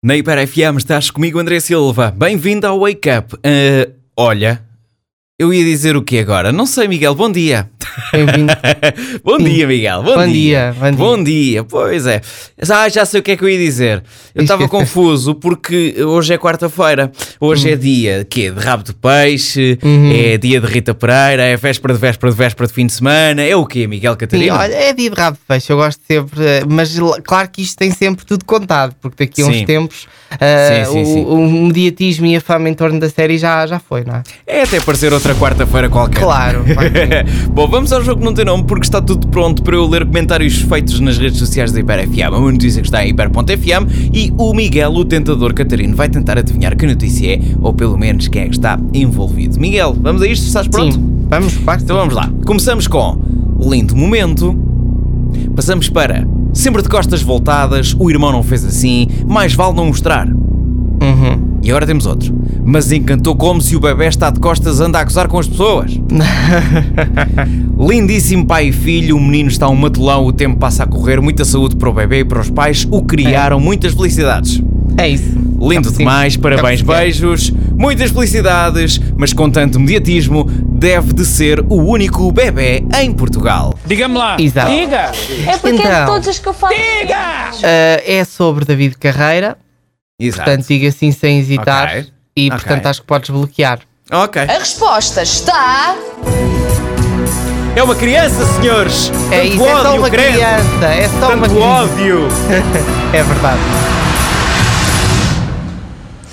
Na Hiper FM estás comigo, André Silva. Bem-vindo ao Wake Up. Eh, olha, eu ia dizer o que agora? Não sei, Miguel. Bom dia. Bem-vindo. Bom dia, Miguel. Bom, Bom dia, bom dia. Bom dia. Pois é. Ah, já sei o que é que eu ia dizer. Eu estava confuso porque hoje é quarta-feira. Hoje é Uhum. dia quê? de rabo de peixe, é dia de Rita Pereira, é véspera de véspera de véspera de fim de semana. É o quê, Miguel Sim, Catarina? olha, é de rabo de peixe, eu gosto sempre, eh, mas l- claro que isto tem sempre tudo contado, porque daqui a uns Sim. tempos eh, Sim, sim, o, sim. o mediatismo e a fama em torno da série já, já foi, não é? É até parecer outra quarta-feira qualquer. Claro, claro que sim. Bom, vamos ao jogo que não tem nome porque está tudo pronto para eu ler comentários feitos nas redes sociais da HiperFM. Uma notícia que está em hiper.fm e o Miguel, o tentador Catarino, vai tentar adivinhar que notícia é ou pelo menos quem é que está envolvido. Miguel, vamos a isto? Estás pronto? Sim, vamos, parte. Então vamos lá. Começamos com Lindo Momento. Passamos para Sempre de costas voltadas, o irmão não fez assim, mais vale não mostrar. Uhum. E agora temos outro. Mas encantou como se o bebê está de costas anda a gozar com as pessoas. Lindíssimo pai e filho, o menino está um matelão, o tempo passa a correr, muita saúde para o bebê e para os pais, o criaram, muitas felicidades. É isso. Lindo Tá por demais, cima. parabéns, Tá por cima. beijos, muitas felicidades, mas com tanto mediatismo, deve de ser o único bebê em Portugal. Diga-me lá. Exato. Diga. É porque é Então. de todos os que eu falo. Diga! Eh, é sobre David Carreira, Exato. portanto diga assim sem hesitar Tá. Ok. e Ok. portanto acho que podes bloquear. Ok. A resposta está. É uma criança, senhores! É Tanto isso, é só ódio, uma credo. criança, é só uma Tanto criança. ódio! É verdade.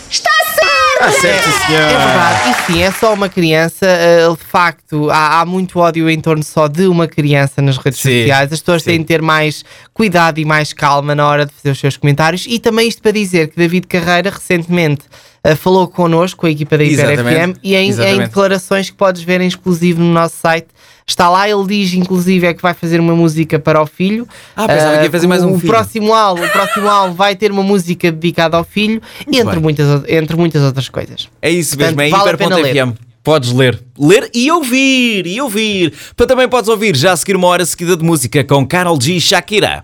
Está certo! Está certo, sim, senhor! É verdade, e sim, é só uma criança. eh, De facto, há, há muito ódio em torno só de uma criança nas redes Sim, sociais. As pessoas sim. têm de ter mais cuidado e mais calma na hora de fazer os seus comentários. E também isto para dizer que David Carreira recentemente eh, falou connosco, com a equipa da IberFM, Exatamente, e em, em exatamente. declarações que podes ver em exclusivo no nosso site. Está lá, ele diz inclusive é que vai fazer uma música para o filho. Ah, pensava que ia Eh, fazer mais um o filho. Próximo álbum, o próximo álbum vai ter uma música dedicada ao filho, entre bem. muitas, o- entre muitas outras coisas. É isso Portanto, mesmo, é vale a pena hiper.fm. Podes ler. Ler e ouvir, e ouvir. Para também podes ouvir já a seguir uma hora seguida de música com Carol G e Shakira.